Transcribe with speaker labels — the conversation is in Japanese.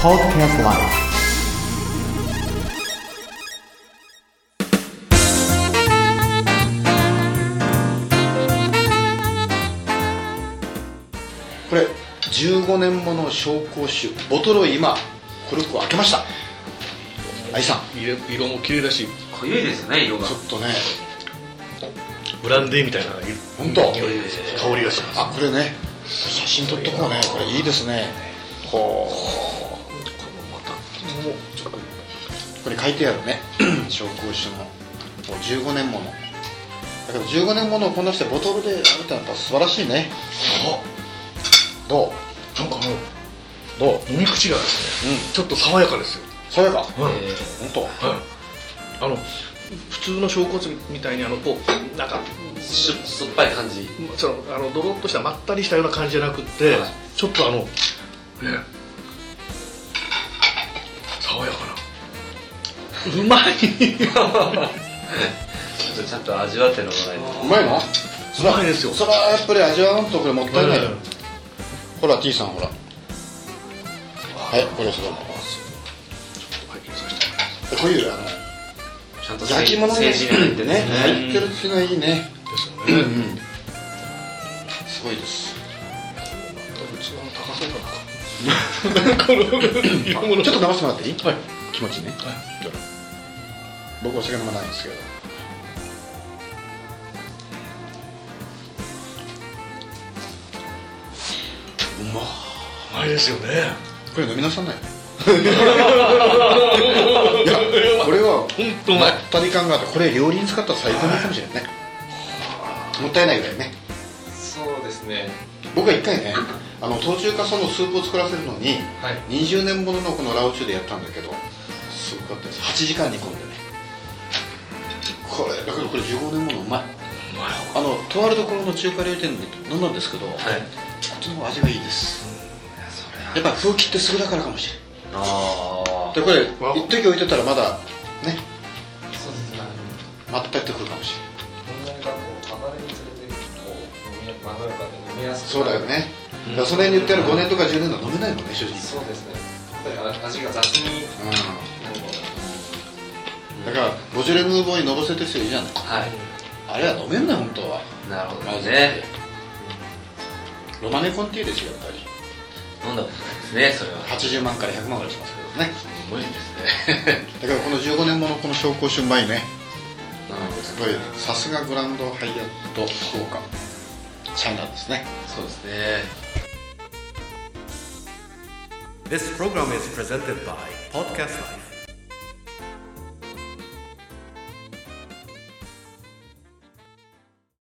Speaker 1: Podcast Live
Speaker 2: これ15年もの紹興酒ボトルを今コルクを開けました愛さん
Speaker 3: 色色も綺麗だし
Speaker 4: 濃いですよね色が
Speaker 2: ちょっとね
Speaker 3: ブランデーみたいな
Speaker 2: 本当
Speaker 3: 匂いですね香りがします
Speaker 2: あこれね写真撮っとこうねこれいいですねほうこれ書いてあるね 紹興酒のもう15年ものだけど15年ものをこんなしてボトルでやるってのはやっぱ素晴らしいねどう
Speaker 3: なんかも
Speaker 2: どう
Speaker 3: う飲み口がですね、ちょっと爽やかですよ、
Speaker 2: それか
Speaker 3: はい
Speaker 2: 本
Speaker 3: あの普通の小骨みたいにあのこうなんか
Speaker 4: しょ酸っぱい感じ
Speaker 3: そのあのドロッとしたまったりしたような感じじゃなくって、
Speaker 4: はい
Speaker 3: ちょっとあのね爽やかなうまい
Speaker 4: ちょっとちゃんと味わって飲ま
Speaker 2: 当うまいの
Speaker 3: うまいですよ
Speaker 2: それはやっぱり味わわんとこれもったいない、
Speaker 3: うん
Speaker 2: ほら T さんほらはいこれそれこういうあの
Speaker 4: ないとちゃんと
Speaker 2: 焼き物に
Speaker 4: 成人入って
Speaker 2: ね
Speaker 4: ね
Speaker 2: 入ってるっていうのはいいね
Speaker 3: ですよ
Speaker 2: うんう
Speaker 3: ね
Speaker 2: んすごいです
Speaker 3: 器も高そうだなこの
Speaker 2: ち
Speaker 3: 色
Speaker 2: ょ
Speaker 3: 物
Speaker 2: っと直してもらっていい
Speaker 3: はい
Speaker 2: 気持ちね
Speaker 3: はい
Speaker 2: 僕お酒飲まないんですけどうまっ
Speaker 3: うまいですよね
Speaker 2: これ飲みなさん ないいやこれは
Speaker 3: 本当うまい
Speaker 2: まったり感があってこれ料理に使ったら最高のかもしれないねもったいないぐらいね
Speaker 4: そうですね
Speaker 2: 僕は一回ねあの途中からそのスープを作らせるのに、
Speaker 4: はい
Speaker 2: 20年もののこのラオチュでやったんだけどすごかったです8時間煮込んでねこれだけどこれ15年ものうまいう
Speaker 3: まい
Speaker 2: あのとあるところの中華料理店で飲んだんですけど、
Speaker 4: はい
Speaker 2: とても味がいいですやっぱ風紀ってすぐだからかもしれな
Speaker 4: ああ
Speaker 2: いでこれ
Speaker 3: わ
Speaker 2: 一時置いてたらまだね
Speaker 4: そうですね
Speaker 2: まったりとくるかもしれない
Speaker 4: こんなにこう離れに連れてこう飲みまろやかで飲みやす
Speaker 2: そうだよね、だからその辺に言ってある5年とか10年は飲めないもんね正直
Speaker 4: そうですね味が雑に
Speaker 2: うんだからボジョレ・ヌーボーにのぼせてる人いるじゃない
Speaker 4: はい
Speaker 2: あれは飲めんな本当は
Speaker 4: なるほ
Speaker 2: ま
Speaker 4: ど
Speaker 2: ず
Speaker 4: ね
Speaker 2: ロマネ・コンティですよやっぱり
Speaker 4: 飲んだことないですねそれは
Speaker 2: 80万から100万ぐらいしますけどね
Speaker 4: 無理ですね
Speaker 2: だからこの15年ものこの紹興酒うまいね
Speaker 4: なるほど
Speaker 2: すごいさすがグランドハイアット福岡チャイナですね
Speaker 4: そうですね
Speaker 1: This program is presented by Podcast Live